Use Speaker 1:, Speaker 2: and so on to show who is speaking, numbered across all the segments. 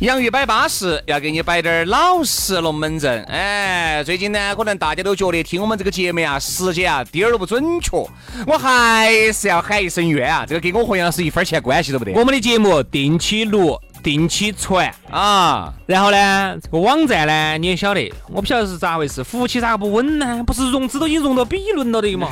Speaker 1: 洋芋摆巴适，要给你摆点儿老实龙门阵。哎，最近呢，可能大家都觉得听我们这个节目啊，时间啊，点儿都不准确。我还是要喊一声冤啊，这个跟我和杨老师一分钱关系都不得
Speaker 2: 我们的节目定期录，定期传。
Speaker 1: 啊！
Speaker 2: 然后呢，这个网站呢，你也晓得，我不晓得是咋回事，服务器咋个不稳呢？不是融资都已经融到 B 轮了 的嘛，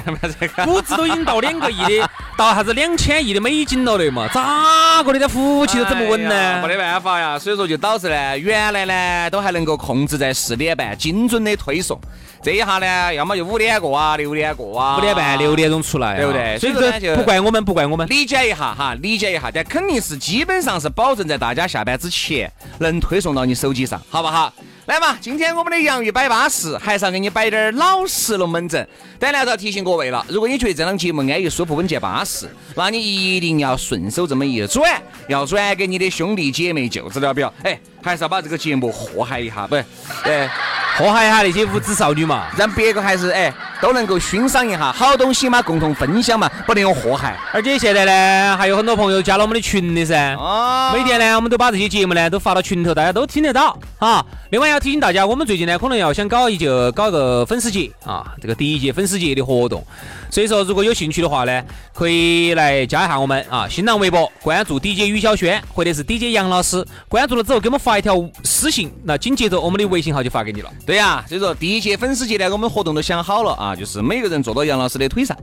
Speaker 2: 估值都已经到两个亿的，到啥子两千亿的美金了的嘛，咋个的这服务器都整不稳
Speaker 1: 哎呀
Speaker 2: 呢
Speaker 1: 没？得办法呀，所以说就导致呢，原来呢都还能够控制在四点半精准的推送，这一下呢，要么就五点过啊，六点过啊，
Speaker 2: 五点半、六点钟出来啊，
Speaker 1: 对不对
Speaker 2: 所以
Speaker 1: 所以说呢就
Speaker 2: 这不怪我们，不怪我们。
Speaker 1: 理解一下哈，理解一下，但肯定是基本上是保证在大家下班之前能推送到你手机上，好不好？来嘛，今天我们的洋芋摆巴适，还是要给你摆点儿老实龙门阵。当然还是要提醒各位了，如果你觉得这档节目安逸、舒服、稳健、巴适，那你一定要顺手这么一转，要转给你的兄弟姐妹、舅子了表。哎，还是要把这个节目祸害一下，不是？哎。
Speaker 2: 祸害一下那些无知少女嘛。
Speaker 1: 让别个还是哎都能够欣赏一下好东西嘛，共同分享嘛，不能有祸害
Speaker 2: 而且现在呢，还有很多朋友加了我们的群的噻。
Speaker 1: 啊
Speaker 2: 每天呢，我们都把这些节目呢都发到群头，大家都听得到啊。另外要提醒大家，我们最近呢可能要想搞一就搞一个粉丝节啊，这个第一届粉丝节的活动。所以说，如果有兴趣的话呢，可以来加一下我们啊，新浪微博关注 DJ 于小轩或者是 DJ 杨老师，关注了之后给我们发一条私信，那紧接着我们的微信号就发给你了。
Speaker 1: 对呀、所以说第一届粉丝节呢，我们活动都想好了啊，就是每个人坐到杨老师的腿上，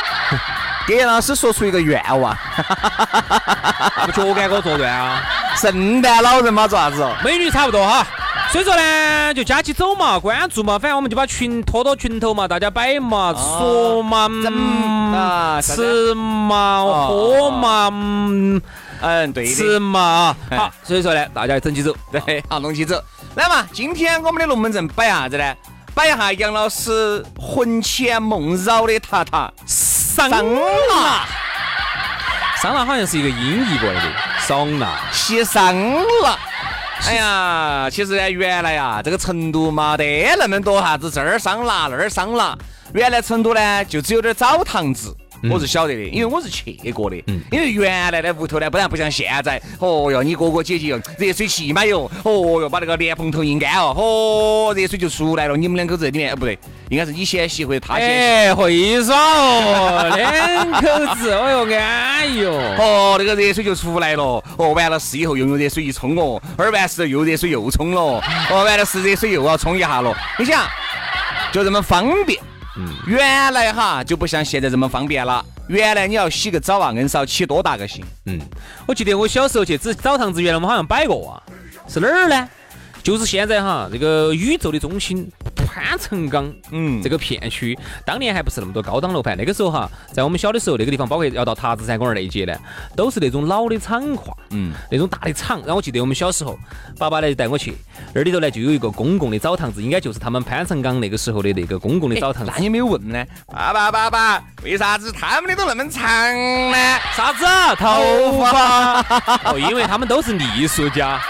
Speaker 1: 给杨老师说出一个愿望。
Speaker 2: 那不脚杆给我坐断啊！
Speaker 1: 圣诞老人嘛，做啥子哦？
Speaker 2: 美女差不多哈。所以说呢，就加起走嘛，关注嘛，反正我们就把群拖到群头嘛，大家摆嘛，说嘛，
Speaker 1: 整啊
Speaker 2: 嗯
Speaker 1: 啥子
Speaker 2: 吃嘛，
Speaker 1: 哦
Speaker 2: 喝嘛，嗯
Speaker 1: 嗯，对
Speaker 2: 吃
Speaker 1: 的，
Speaker 2: 嘛，啊
Speaker 1: 哎
Speaker 2: 好，所以说呢，大家整起走。
Speaker 1: 对，好，弄起走。来嘛，今天我们的龙门阵摆啥子呢？摆一下杨老师魂牵梦绕的塔塔
Speaker 2: 桑
Speaker 1: 桑拿，
Speaker 2: 桑拿好像是一个音译过来的，桑拿。
Speaker 1: 洗桑拿。哎呀，其实呢，原来呀、啊这个成都嘛得那么多啥子这儿桑拿那儿桑拿，原来成都呢就只有点澡堂子。我是晓得的，因为我是去过的。因为原来呢屋头呢，不然不像现在，哦哟，你哥哥姐姐用热水器嘛哟，哦哟，把那个莲蓬头一按哦，哦，热水就出来了。你们两口子在里面，哦不对，应该是你先洗或者他先洗。
Speaker 2: 哎，会耍哦，两口 子，哎呦，安逸哟。
Speaker 1: 哦，那个热水就出来了。哦，完了事以后又用热水一冲哦，二完事又热水又冲了。哦，完了是热水又要冲一下了。你想，就这么方便。
Speaker 2: 嗯
Speaker 1: 原来哈就不像现在这么方便了。原来你要洗个澡啊，硬是要起多大个心？
Speaker 2: 嗯，我记得我小时候去只澡堂子，原来我们好像摆过啊，是哪儿呢？就是现在哈，这个宇宙的中心潘城港，
Speaker 1: 嗯
Speaker 2: 嗯，这个片区，当年还不是那么多高档楼盘，那个时候哈，在我们小的时候，那个地方包括要到塔子山公园那一节呢，都是那种老的厂矿，
Speaker 1: 嗯
Speaker 2: 嗯，那种大的厂。然后我记得我们小时候，爸爸呢就带我去那里头呢，就有一个公共的澡堂子，应该就是他们潘城港那个时候的那个公共的澡堂子
Speaker 1: 那。你没有问呢？爸爸爸爸，为啥子他们的都那么长呢？
Speaker 2: 啥子啊？头发？ 哦，因为他们都是艺术家。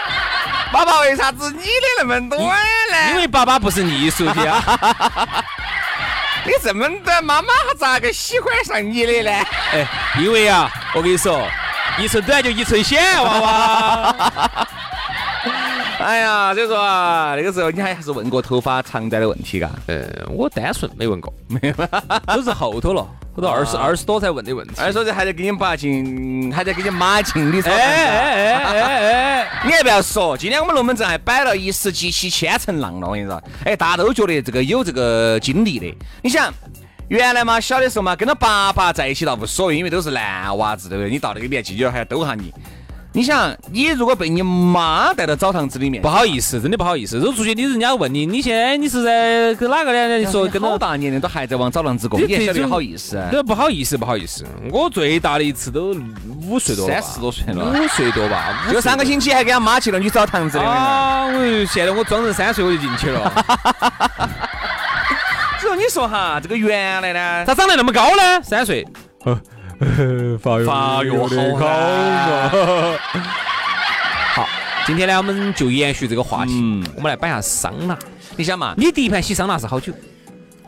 Speaker 1: 爸爸，为啥子你的那么短呢？
Speaker 2: 因为爸爸不是艺术家，
Speaker 1: 你这么短，妈妈咋个喜欢上你的呢？
Speaker 2: 哎，因为啊，我跟你说，一寸短就一寸险，娃娃。
Speaker 1: 哎呀，所以说啊，那个时候你还还是问过头发长短的问题嘎？
Speaker 2: 呃，我单纯没问啊过，没有，都是后头了，后头二十二十多才问的问题。
Speaker 1: 而哎说这还在给你拔进，还在给你马进里头。
Speaker 2: 哎哎哎哎哎，
Speaker 1: 你还不要说，今天我们龙门阵还摆了一石激起千层浪了，我跟你说，哎，大家都觉得这个有这个经历的。你想，原来嘛，小的时候嘛，跟着爸爸在一起倒无所谓，因为都是男娃子，对不对？你到那个年纪，有点还要兜下你。你想，你如果被你妈带到澡堂子里面，
Speaker 2: 不好意思，真的不好意思。如果出去，你人家问你，你现在你是在跟哪个呢？你说跟
Speaker 1: 好
Speaker 2: 老
Speaker 1: 大年龄都还在往澡堂子供，
Speaker 2: 这
Speaker 1: 你还晓
Speaker 2: 这
Speaker 1: 得
Speaker 2: 种
Speaker 1: 好意思？啊
Speaker 2: 这不好意思，不啊好意思，我最大的一次都五岁多了吧，
Speaker 1: 三十多岁了
Speaker 2: 五岁多吧，
Speaker 1: 就上个星期还跟他妈去了女澡堂子
Speaker 2: 期
Speaker 1: 的，
Speaker 2: 啊！我就现在我装成三岁我就进去 了，
Speaker 1: 只有你说哈，这个原来呢，
Speaker 2: 咋长得那么高呢？三岁，
Speaker 3: 发育
Speaker 1: 发育好嘛。
Speaker 2: 好，今天呢，我们就延续这个话题，
Speaker 1: 嗯
Speaker 2: 我们来摆一下桑拿。
Speaker 1: 你想嘛，
Speaker 2: 你第一盘洗桑拿是好久？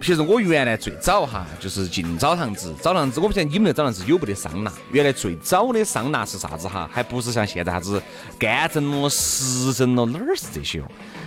Speaker 1: 其实我原来最早哈，就是进澡堂子，澡堂子我不晓得你们那澡堂子有不得桑拿。原来最早的桑拿是啥子哈？还不是像现在啥子干蒸咯、湿蒸咯，哪儿是这些哦？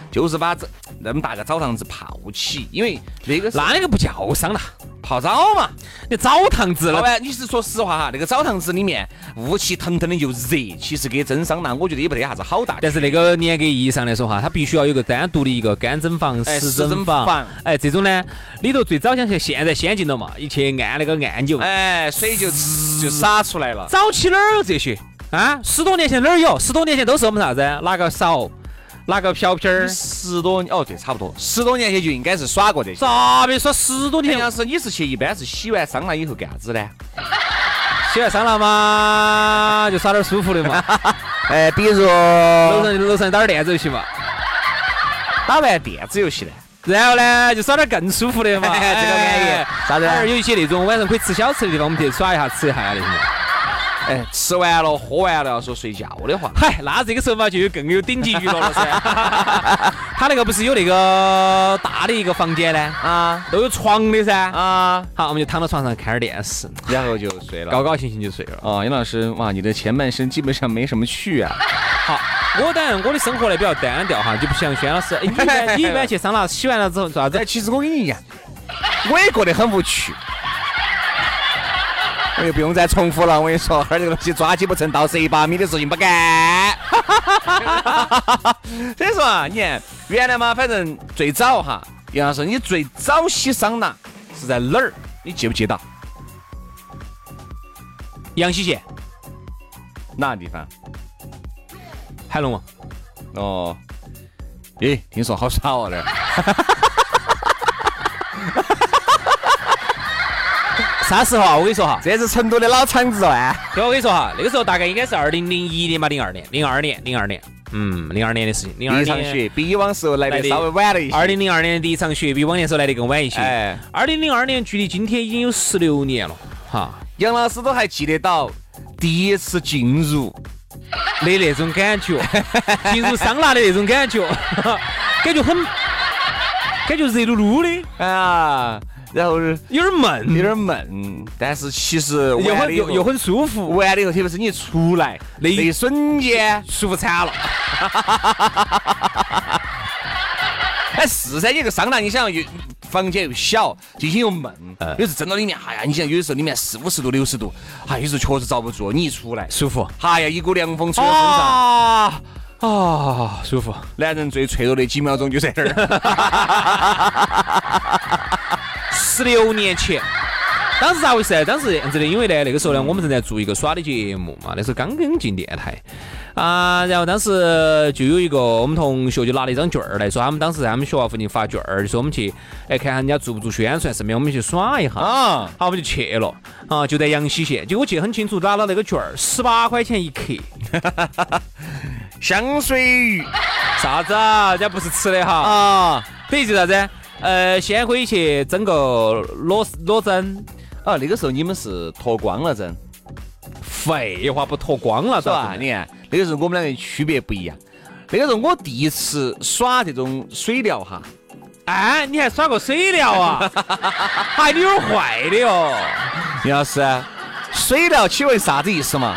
Speaker 1: 就是把这那么大个澡堂子泡起，因为那个是
Speaker 2: 那那个不叫桑拿，
Speaker 1: 泡澡嘛。
Speaker 2: 你澡堂子
Speaker 1: 老
Speaker 2: 了。
Speaker 1: 板，你是说实话哈？那个澡堂子里面雾气腾腾的又热，其实跟蒸桑拿我觉得也不得啥子好大。
Speaker 2: 但是那个严格意义上来说哈，它必须要有个单独的一个干蒸房、
Speaker 1: 哎
Speaker 2: 湿
Speaker 1: 湿
Speaker 2: 蒸
Speaker 1: 蒸
Speaker 2: 房
Speaker 1: 房。
Speaker 2: 哎，这种呢，里头最早想去，现在先进了嘛，一去按那个按钮，
Speaker 1: 哎，水就就洒出来了。
Speaker 2: 早期哪儿有这些啊？十多年前哪儿有？十多年前都是我们啥子？拿个勺，拿个瓢瓢儿，
Speaker 1: 十多年哦，对，差不多十多年前就应该是耍过这些。
Speaker 2: 咋别说十多年
Speaker 1: 田
Speaker 2: 前
Speaker 1: 老师，你是去一般是洗完桑拿以后干啥子呢？
Speaker 2: 洗完桑拿嘛，就耍点舒服的 嘛，
Speaker 1: 哎，比如
Speaker 2: 楼上楼上打点电子游戏嘛，
Speaker 1: 打完电子游戏呢？
Speaker 2: 然后呢就耍点更舒服 的嘛，
Speaker 1: 哎这个安逸啥子呢
Speaker 2: 反正有一些那种晚上可以吃小吃的地方，我们去耍一下，吃一下呀那种。
Speaker 1: 哎，吃完了喝完了，要说睡觉的话，
Speaker 2: 嗨，那这个时候嘛，就有更有顶级娱乐了噻。 他那个不是有那个大的一个房间呢，
Speaker 1: 啊
Speaker 2: 都有床的噻。
Speaker 1: 啊，
Speaker 2: 好，我们就躺到床上看点电视，
Speaker 1: 然后就睡了。
Speaker 2: 高高兴兴就睡了。
Speaker 1: 哦，杨老师，哇，你的前半生基本上没什么趣啊。
Speaker 2: 好，我当然我的生活呢比较单调哈，就不像轩老师，哎你一 般你一般去桑拿洗完了之后做啥子
Speaker 1: 哎，？其实我跟你一样，我也过得很无趣。我又不用再重复了，我跟你说，哈儿这个东西抓鸡不成倒蚀一把米的事情不干。 所以说啊，你看原来嘛，反正最早哈，杨老师，你最早洗桑拿是在哪儿？你记不记得
Speaker 2: 阳西县
Speaker 1: 哪个地方？
Speaker 2: 海龙王，
Speaker 1: 哦，咦，听说好耍哦那儿。
Speaker 2: 啥时候啊？我跟你说哈，
Speaker 1: 这是成都的老厂子啊。
Speaker 2: 对，我跟你说哈，那个时候大概应该是二零零一年吧，零二年，零二年，零二年，嗯，零二年的事情，零二
Speaker 1: 一场
Speaker 2: 年。
Speaker 1: 雪比以往时候来
Speaker 2: 来
Speaker 1: 的
Speaker 2: 得
Speaker 1: 稍微晚了一些。
Speaker 2: 二零零二年的第一场雪比往年时候来的更晚一些。
Speaker 1: 哎，
Speaker 2: 二零零二年距离今天已经有十六年了，哈，
Speaker 1: 杨老师都还记得到第一次进入
Speaker 2: 的那种感觉，进入桑拿的那种感觉， 感觉很，感觉热噜噜的，
Speaker 1: 啊，然后有
Speaker 2: 有点闷，
Speaker 1: 点闷，但是其实
Speaker 2: 又
Speaker 1: 完了
Speaker 2: 很
Speaker 1: 以后
Speaker 2: 又又很舒服，
Speaker 1: 完了以后，特别是你一出来那
Speaker 2: 那一
Speaker 1: 一瞬间，
Speaker 2: 舒服惨了。
Speaker 1: 哎是噻，你这个桑拿，你想又房间又小，进去又闷，有时蒸到里面，哎呀，你想有的时候里面四五十度、六十度，哎，有时候确实遭不住，你一出来，
Speaker 2: 舒服
Speaker 1: 哎呀，一股凉风吹到身上，
Speaker 2: 啊啊，舒服。
Speaker 1: 男人最脆弱的几秒钟就在那 儿。
Speaker 2: 十六年前。当时咋回事呢？当时这样子的，因为呢，那个时候呢，我们正在做一个耍的节目嘛，那时候刚刚进电台啊，然后当时就有一个我们同学就拿了一张券儿来说，他们当时在他们学校附近发券儿，就说我们去哎看下人家做不做宣传，顺便我们去耍一下
Speaker 1: 啊，
Speaker 2: 好，我们就去了啊，就在阳西县，就我记得很清楚，拿了那个券儿，十八块钱一克，
Speaker 1: 香水鱼
Speaker 2: 啥子啊？人家不是吃的哈，
Speaker 1: 啊，
Speaker 2: 等于就啥子？呃，先可以去整个裸裸蒸，
Speaker 1: 哦，那个时候你们是脱光了蒸，
Speaker 2: 废话不脱光了，
Speaker 1: 是吧？
Speaker 2: 你
Speaker 1: 你看，那个时候我们两个区别不一样。那个时候我第一次耍这种水疗哈，
Speaker 2: 哎，你还耍过水疗 啊？哎，你有点坏的哟。
Speaker 1: 杨老师，水疗请问啥子意思嘛？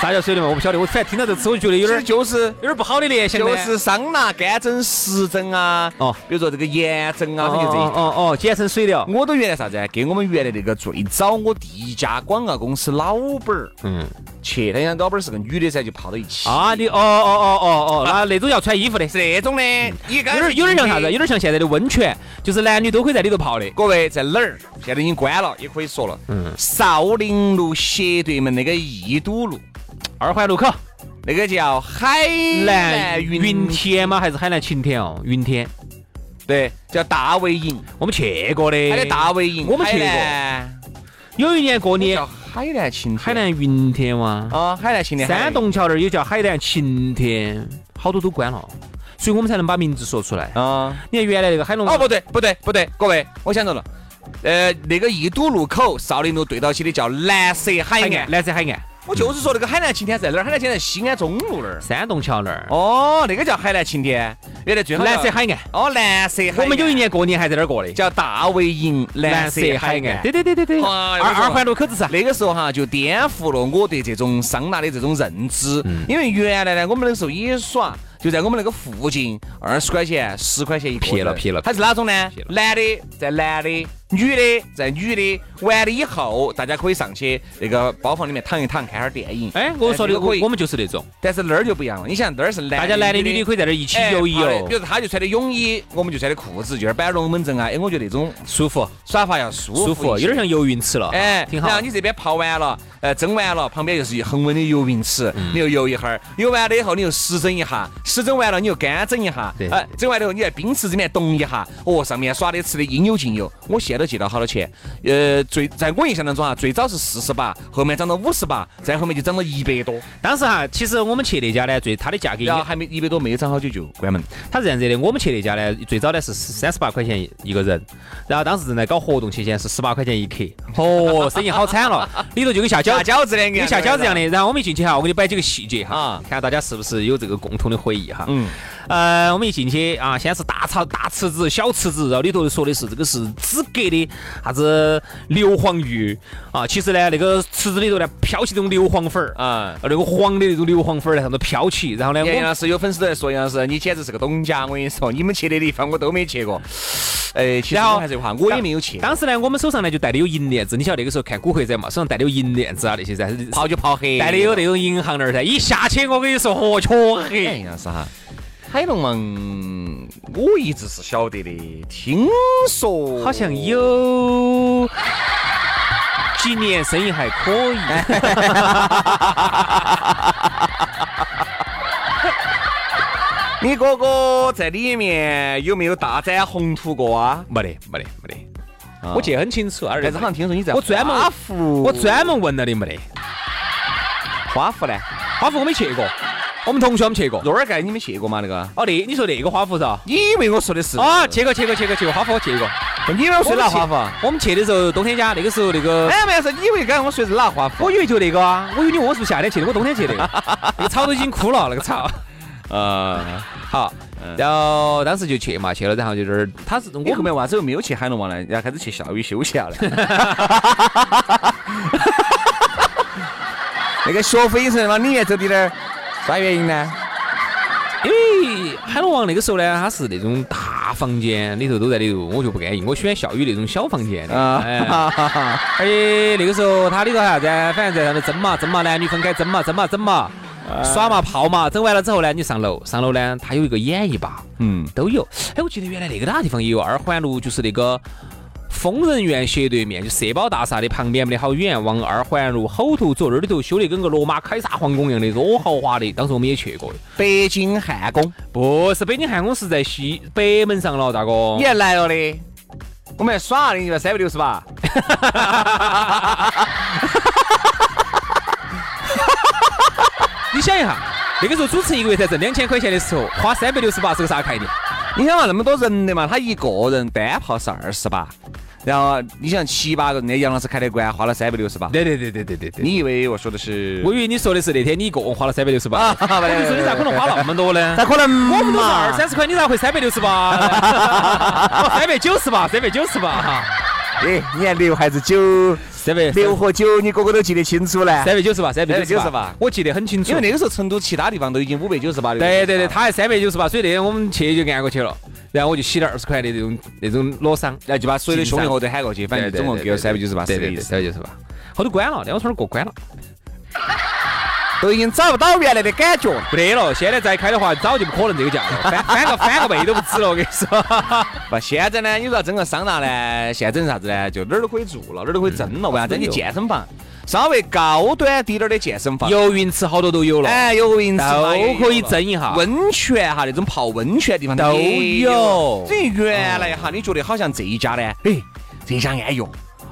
Speaker 2: 啥叫水疗嘛？我不晓得，我反正听到这个词，我就觉得有
Speaker 1: 其
Speaker 2: 点
Speaker 1: 实就是
Speaker 2: 有点不好的联想呢
Speaker 1: 就是桑拿、干蒸、湿蒸啊，
Speaker 2: 哦
Speaker 1: 哦，比如说这个盐蒸
Speaker 2: 哦
Speaker 1: 啊，它就这一
Speaker 2: 哦哦哦，简称水疗。
Speaker 1: 我都原来啥子啊？跟我们原来那个最早我第一家广告公司老板儿，
Speaker 2: 嗯
Speaker 1: 嗯，去，他家老板儿是个女的噻，就泡到一起
Speaker 2: 啊，你哦哦哦哦哦，那那种要穿衣服的，
Speaker 1: 是那啊种的，有
Speaker 2: 有点有点像啥子？有点像现在的温泉，就是男女都可以在里头泡的。
Speaker 1: 各位在哪儿？现在已经关了，也可以说了。嗯，少林路斜对门那个逸都路
Speaker 2: 二环路口
Speaker 1: 那个叫海
Speaker 2: 南
Speaker 1: 嗯南
Speaker 2: 云
Speaker 1: 云
Speaker 2: 天吗？还是海南晴天哦？云天，
Speaker 1: 对，叫大卫营，
Speaker 2: 我们去过的。
Speaker 1: 它的大卫营，
Speaker 2: 哎我们去过
Speaker 1: 海南
Speaker 2: 有一年过
Speaker 1: 那
Speaker 2: 年，
Speaker 1: 叫海南晴天，
Speaker 2: 海南云天哇。
Speaker 1: 啊，海南晴天，
Speaker 2: 山洞桥那儿有叫海南晴天，好多都关了，所以我们才能把名字说出来。
Speaker 1: 啊。
Speaker 2: 你看原来那个海龙，
Speaker 1: 哦，不对，不对，不对，各位，我想到了，呃，那个一堵路口少林路对到起的叫蓝色海
Speaker 2: 海
Speaker 1: 岸
Speaker 2: 岸，，蓝色海岸，
Speaker 1: 我就是说那个海南晴天在哪儿？海南晴天在西安中路那儿。
Speaker 2: 山洞桥那儿，
Speaker 1: 哦，那个叫海南晴天，原来最好叫
Speaker 2: 蓝色海岸。
Speaker 1: 哦，蓝色海岸。
Speaker 2: 我们有一年过年还在那儿过的，
Speaker 1: 叫大卫营蓝色海岸。
Speaker 2: 对对对对对，
Speaker 1: 哎
Speaker 2: 二
Speaker 1: 呦我说
Speaker 2: 二环路口子噻。
Speaker 1: 那个时候哈，就颠覆了我对这种桑拿的这种认知，
Speaker 2: 嗯
Speaker 1: 因为原来呢，我们那个时候也耍，就在我们那个附近，二十块钱、十块钱一个人，
Speaker 2: 撇了撇了
Speaker 1: 它是哪种呢
Speaker 2: 撇？了
Speaker 1: 男的在男的，女的在女的，完了以后，大家可以上去那个包房里面躺一躺，看下电影。
Speaker 2: 哎，我说的
Speaker 1: 这个
Speaker 2: 我
Speaker 1: 可以哎
Speaker 2: 我，们就是那种，
Speaker 1: 但是那儿就不一样了，你想那儿是男，
Speaker 2: 大家男的女的可以在那儿一起
Speaker 1: 哎
Speaker 2: 游一
Speaker 1: 好的
Speaker 2: 游
Speaker 1: 比，如他就穿的泳衣，我们就穿的裤子，就那儿摆龙门阵啊，哎，我觉得那种
Speaker 2: 舒服
Speaker 1: 耍法要舒服一些，
Speaker 2: 舒服，有点像游泳池了，
Speaker 1: 哎，
Speaker 2: 挺好
Speaker 1: 然。后你这边泡完了，呃，蒸完了，旁边就是一恒温的游泳池，
Speaker 2: 嗯
Speaker 1: 你又游一会儿，游完了以后你又湿蒸一下，湿蒸完了你又干蒸一下，
Speaker 2: 对
Speaker 1: 哎，蒸完了以后你在冰池里面冻一下，哦，上面耍的吃的应有尽有。我现在都记到好多钱，呃，最在我印象当中啊，最早是四十八，后面涨到五十八，再后面就涨到一百多，
Speaker 2: 当时哈，其实我们去那家呢，最它的价格应
Speaker 1: 然后
Speaker 2: 该
Speaker 1: 还没一百多没涨好久就关门。
Speaker 2: 它是这样子的，我们去那家呢，最早呢是三十八块钱一个人，然后当时正在搞活动期间是十八块钱一客，哦，生意好惨了，里头就跟下饺
Speaker 1: 下饺子的，
Speaker 2: 跟下饺子一样的。然后我们一进去哈，我给你摆几个细节哈，
Speaker 1: 啊
Speaker 2: 看看大家是不是有这个共同的回忆哈。
Speaker 1: 嗯，
Speaker 2: 呃，我们一进去啊，先是大炒大池子、小池子，然后里头说的是这个是资格的啥子硫磺鱼啊，其实呢那个池子里头呢飘起这种硫磺粉儿啊，哎
Speaker 1: 啊。
Speaker 2: 那个黄的那种硫磺粉儿在上头飘起，然后呢
Speaker 1: 杨
Speaker 2: 我们
Speaker 1: 杨老啊师有粉丝都在说，杨老师你简直是个东家，我跟你说，你们去的地方我都没去过。哎，其实
Speaker 2: 然后
Speaker 1: 我还是有话，我也没有去。
Speaker 2: 当时呢，我们手上呢就带的有银链子，你晓得那个时候看古惑仔嘛，手上带的有银链子啊那些噻，
Speaker 1: 跑就跑黑，
Speaker 2: 带的有那种银行链儿噻，一下去我跟你说，嚯，黢
Speaker 1: 哎，
Speaker 2: 黑。
Speaker 1: 杨是哈。海龙王，我一直是晓得的，听说
Speaker 2: 好像有几年生意还 可以。
Speaker 1: 你哥哥在里面有没有大展宏图过啊？
Speaker 2: 没得，没得，没得，我记得很清楚。但
Speaker 1: 但是哎好像听说你在
Speaker 2: 我专门
Speaker 1: 花湖，
Speaker 2: 我专门问了的没得，
Speaker 1: 花湖呢，
Speaker 2: 花圃我没去过，我们同学我们去过。
Speaker 1: 若尔盖你没去过吗？那个？
Speaker 2: 哦，那你说那个花圃是吧？
Speaker 1: 你以为我说的是？哦
Speaker 2: 啊，去过去过去过去过花圃，我去过。
Speaker 1: 你以为我说的哪花湖？
Speaker 2: 圃？我们去的时候，冬天家那个时候那个，
Speaker 1: 哎，没事，你以为刚才我说的是哪花湖？
Speaker 2: 我以为就那个啊，我以为你问我是不是夏天去的，我冬天去 的，那个草都已经枯了，那个草。
Speaker 1: 呃，
Speaker 2: 好，然后当时就去嘛，去了，然后就这儿，他是我
Speaker 1: 你后
Speaker 2: 们
Speaker 1: 面为啥子又没有去海龙王呢？然后开始去夏威夷休息下了。 那个学费是往里面走的呢，啥原因呢？
Speaker 2: 因为海龙王那个时候呢，他是那种大房间里头都在里头，我就不安逸，我喜欢校雨那种小房间的。哎
Speaker 1: 啊，
Speaker 2: 而且那个时候它里头还啥子啊，反正在上头争嘛争嘛，男女分开争嘛争嘛争嘛，耍嘛泡嘛，整完了之后呢，你上楼，上楼呢，它有一个演艺吧，
Speaker 1: 嗯，
Speaker 2: 都有。哎，我记得原来那个哪个地方也有，二环路就是那个。疯人院斜对面，就社保大厦的旁边没得好远，往二环路后头走，那里头修的跟个罗马凯撒皇宫一样的，多豪华的。当时我们也去过的，
Speaker 1: 北京汉宫，
Speaker 2: 不是北京汉宫是在西北门上了，大哥。
Speaker 1: 你还来了的？我们还耍的，你们三百六十八。
Speaker 2: 你想一下，那个时候主持一个月才挣两千块钱的时候，花三百六十八是个啥概念？
Speaker 1: 你想嘛，那么多人的嘛，他一个人单炮是二十八，然后你想七八个人，那杨老师开的馆花了三百六十八。
Speaker 2: 对对对对对对对。
Speaker 1: 你以为我说的是？
Speaker 2: 我以为你说的是那天你一共 花了三百六十八，
Speaker 1: 啊
Speaker 2: 我就说你咋可能花那么多 呢？
Speaker 1: 咋可能嘛？
Speaker 2: 我们都是二三十块，你咋会三百 六十八？三百九十八， 三百九十八哈，
Speaker 1: 哎，你看刘还是九
Speaker 2: 三百
Speaker 1: 六和九，你哥哥都记得清楚呢。
Speaker 2: 三百九十八，三百九十
Speaker 1: 398
Speaker 2: 八，我记得很清楚。
Speaker 1: 因为那个时候成都其他地方都已经五百九十八了。
Speaker 2: 对对对，他还三百九十八，所以那天我们去就按过去了，然后我就洗了二十块的那种那种裸商，
Speaker 1: 然后就把所有的兄弟伙都喊过去，反正
Speaker 2: 对对
Speaker 1: 总共
Speaker 2: 对
Speaker 1: 给了
Speaker 2: 对
Speaker 1: 三百九十八，
Speaker 2: 对
Speaker 1: 是这
Speaker 2: 对
Speaker 1: 个意
Speaker 2: 对，
Speaker 1: 思。
Speaker 2: 三百九十八，后头关了，两个村儿过关了，
Speaker 1: 都已经找不到原来的感觉了。
Speaker 2: 不得了，现在再开的话，早就不可能这个价 了，翻翻个翻个倍都不止了，我跟你说。
Speaker 1: 不，现在呢，你说要整个桑拿呢，现在整啥子呢？就哪儿都可以住了，哪儿都可以蒸了。为啥子？
Speaker 2: 嗯
Speaker 1: 你健身房，稍微高端滴点儿的健身房，
Speaker 2: 游泳池好多 都有了，
Speaker 1: 哎，游泳池嘛也有了
Speaker 2: 都可以蒸一下。哎
Speaker 1: 温泉哈，那种泡温泉的地方
Speaker 2: 都
Speaker 1: 也
Speaker 2: 有
Speaker 1: 这原来哈，你觉得好像这一家呢？
Speaker 2: 嗯
Speaker 1: 哎，这一家安逸哦。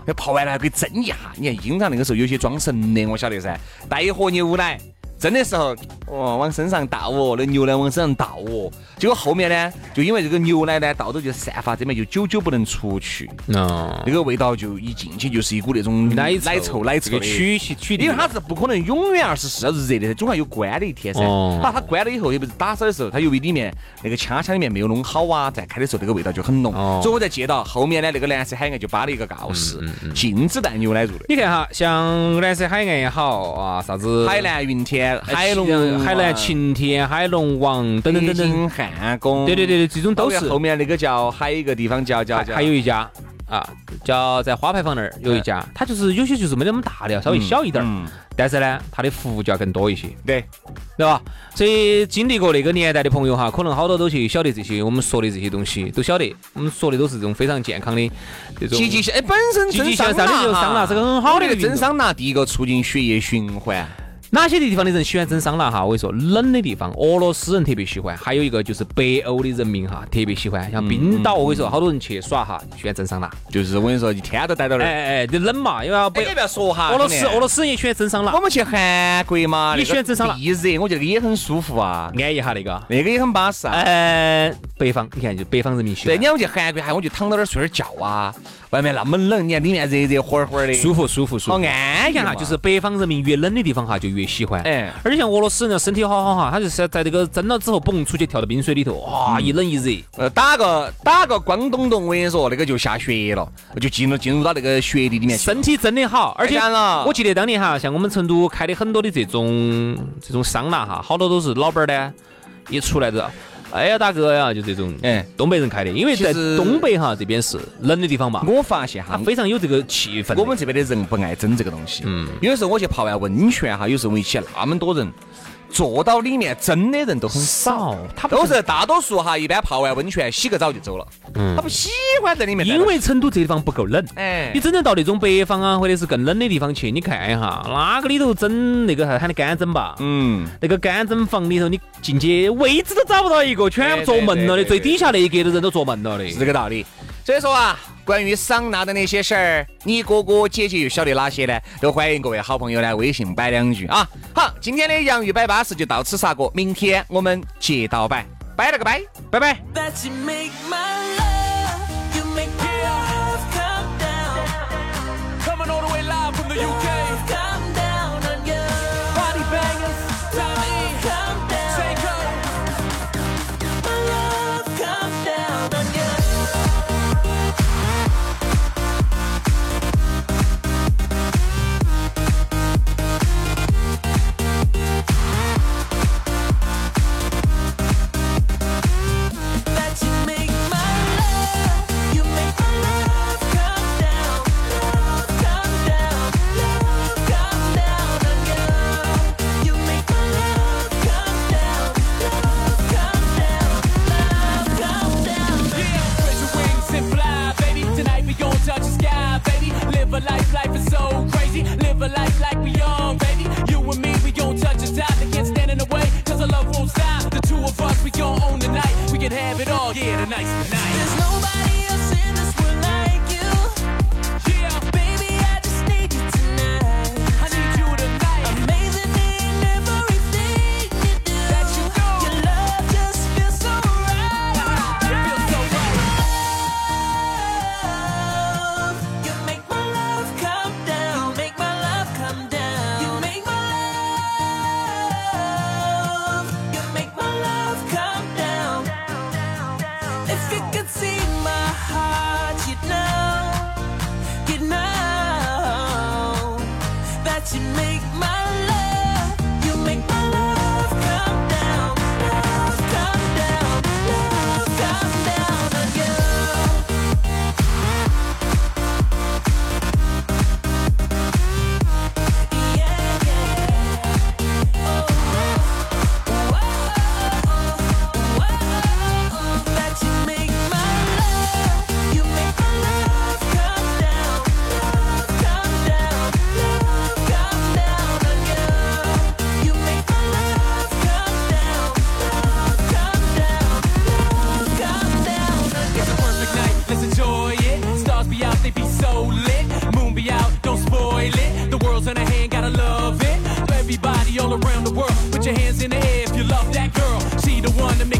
Speaker 1: 那泡完了还可以蒸一下，你看经常那个时候有些装神的，我晓得噻，带一盒牛奶，蒸的时候哦往身上倒哦，那牛奶往身上倒哦，结果后面呢，就因为这个牛奶呢倒到就散发，这边就久久不能出去，
Speaker 2: 嗯，
Speaker 1: 那个味道就一进去就是一股那种
Speaker 2: 奶
Speaker 1: 奶
Speaker 2: 臭
Speaker 1: 臭奶
Speaker 2: 这
Speaker 1: 臭
Speaker 2: 个
Speaker 1: 的
Speaker 2: 曲曲
Speaker 1: 因为它是不可能永远二十四小时热的，总还有关的一天噻。
Speaker 2: 哦
Speaker 1: 好，它关了以后，也不是打扫的时候，它由于里面那个腔腔里面没有弄好啊，再开的时候那个味道就很浓。
Speaker 2: 哦嗯
Speaker 1: 所以我在街道后面呢，那个蓝色海岸就扒了一个告示，禁止带牛奶入内。
Speaker 2: 你看哈，像蓝色海岸也好啊，啥子
Speaker 1: 海南云天、
Speaker 2: 呃
Speaker 1: 海龙
Speaker 2: 呃
Speaker 1: 王、
Speaker 2: 海南晴天、海龙王等等
Speaker 1: 北
Speaker 2: 等等，
Speaker 1: 京汉宫，
Speaker 2: 对对对对，这种嗯都
Speaker 1: 包括
Speaker 2: 是。
Speaker 1: 后面那个叫还有一个地方叫叫
Speaker 2: 还
Speaker 1: 叫，
Speaker 2: 还有一家啊，叫在花牌坊那儿有一家，它就是有些就是没得那么大的，稍微小一点儿，
Speaker 1: 嗯，
Speaker 2: 但是呢，它的服务就要更多一些，
Speaker 1: 对，
Speaker 2: 对吧？所以经历过那个年代的朋友哈，可能好多都去晓得这些我们说的这些东西，都晓得我们说的都是这种非常健康的这种。
Speaker 1: 积极向哎，本身
Speaker 2: 积极
Speaker 1: 蒸
Speaker 2: 向
Speaker 1: 桑
Speaker 2: 上
Speaker 1: 拿
Speaker 2: 的就桑拿
Speaker 1: 哈
Speaker 2: 是个很好的
Speaker 1: 我那
Speaker 2: 运
Speaker 1: 个蒸
Speaker 2: 动
Speaker 1: 桑拿，第一个促进血液循环。
Speaker 2: 哪些地方的人喜欢蒸桑拿哈？我跟你说，冷的地方，俄罗斯人特别喜欢，还有一个就是北欧的人民哈，特别喜欢。像冰岛，我跟你说，好多人去耍哈，喜欢蒸桑拿。
Speaker 1: 就是我跟你说，一天都待到那
Speaker 2: 哎
Speaker 1: 儿。
Speaker 2: 哎哎，就冷嘛，因为要
Speaker 1: 哎，
Speaker 2: 北啊
Speaker 1: 你不要说哈，
Speaker 2: 俄罗斯，
Speaker 1: 兄弟
Speaker 2: 俄罗斯人也喜欢蒸桑拿
Speaker 1: 我，们去韩国嘛，
Speaker 2: 你
Speaker 1: 那个
Speaker 2: 选择上了
Speaker 1: 地热，我觉得那个也很舒服啊，
Speaker 2: 安逸哈那个。
Speaker 1: 那个也很巴适啊。
Speaker 2: 呃，北方，你看就北方人民喜
Speaker 1: 对，
Speaker 2: 欢
Speaker 1: 你，看我去韩国，还哎我就躺到那儿睡点儿觉啊，外面那么冷，你看里面热热和和的，
Speaker 2: 舒服舒服哎舒
Speaker 1: 好安
Speaker 2: 服。哦
Speaker 1: 啊
Speaker 2: 你
Speaker 1: 逸
Speaker 2: 看哈，啊
Speaker 1: 嘛。
Speaker 2: 就是北方人民越冷的地方哈，就越喜欢。
Speaker 1: 哎
Speaker 2: 而且像俄罗斯人身体好好哈，他就是在这个蒸了之后，嘣出去跳到冰水里头，哇，一冷一热。
Speaker 1: 呃，打个打个光咚咚，我跟你说，那个就下雪了，就进入进入到那个雪地里面哎去了。
Speaker 2: 身体真的好，而且
Speaker 1: 当然了
Speaker 2: 我记得当年哈，像我们成都开的很多的这种这种桑拿哈，好多都是老板儿呢一出来的，哎呀大哥呀，就这种，
Speaker 1: 哎
Speaker 2: 东北人开的，因为
Speaker 1: 其
Speaker 2: 在
Speaker 1: 实
Speaker 2: 东北哈这边是冷的地方嘛，
Speaker 1: 我发现
Speaker 2: 他
Speaker 1: 哈，
Speaker 2: 非常有这个气氛的。
Speaker 1: 我们这边的人不爱蒸这个东西。嗯，有的时候我去泡完温泉哈，有时候我一起那么多人，坐到里面蒸的人都很少
Speaker 2: 少，他不
Speaker 1: 都是大多数哈，一般泡完温泉洗个澡就走了。嗯，他不喜欢在里面待着。
Speaker 2: 因为成都这地方不够冷。
Speaker 1: 哎
Speaker 2: 你，真正到那种北方啊，或者是更冷的地方去，你看一下，那个里头蒸那个还喊的干蒸吧，
Speaker 1: 嗯，
Speaker 2: 那个干蒸房里头，你进去位置都找不到一个，全部
Speaker 1: 对
Speaker 2: 坐闷了
Speaker 1: 对对对
Speaker 2: 的，最底下那一格的人都坐闷了的。
Speaker 1: 是这个道理。所以说啊，关于桑拿的那些事儿，你哥哥姐姐又晓得哪些呢？都欢迎各位好朋友来微信摆两句啊。好，今天的洋芋摆巴士就到此杀过，明天我们接到摆，拜了个拜，拜拜。
Speaker 4: that you make my love. You make pure love come down. Coming all the way live from the UK. Come down on you. Body bangers, Tommy. Come down. Take her. My love come down on you. That you make my love. You make my love come down. Love come down. Love come down on you. You make my love come down. Love come down. Love come down. Yeah, spread your wings and fly, baby. Tonight we gon' touch the sky, baby. Live a life, life is so crazy. Live a life like we young, baby. You and me, we gon' touch the top. They can't stand in the way, cause our love won't stop. The two of us, we gon' own the night. We can have it all, yeah, tonight's the night. There's nobody else in this world like you. Yeah, baby, I just need you tonight. I need you tonight. Amazing in everything you do. That you do. Your love just feels so right. It feels so right. You make my love come down. Make my love come down. You make my love. You make my love come down. If you could see my heart, you'd know you know that you make my love, you make my love come down, love come down, love come down on you. Yeah, yeah. Oh, oh, oh, oh, oh, that you make my love, you make my love come down, love come down, love
Speaker 5: hands in the air if you love that girl. She the one to make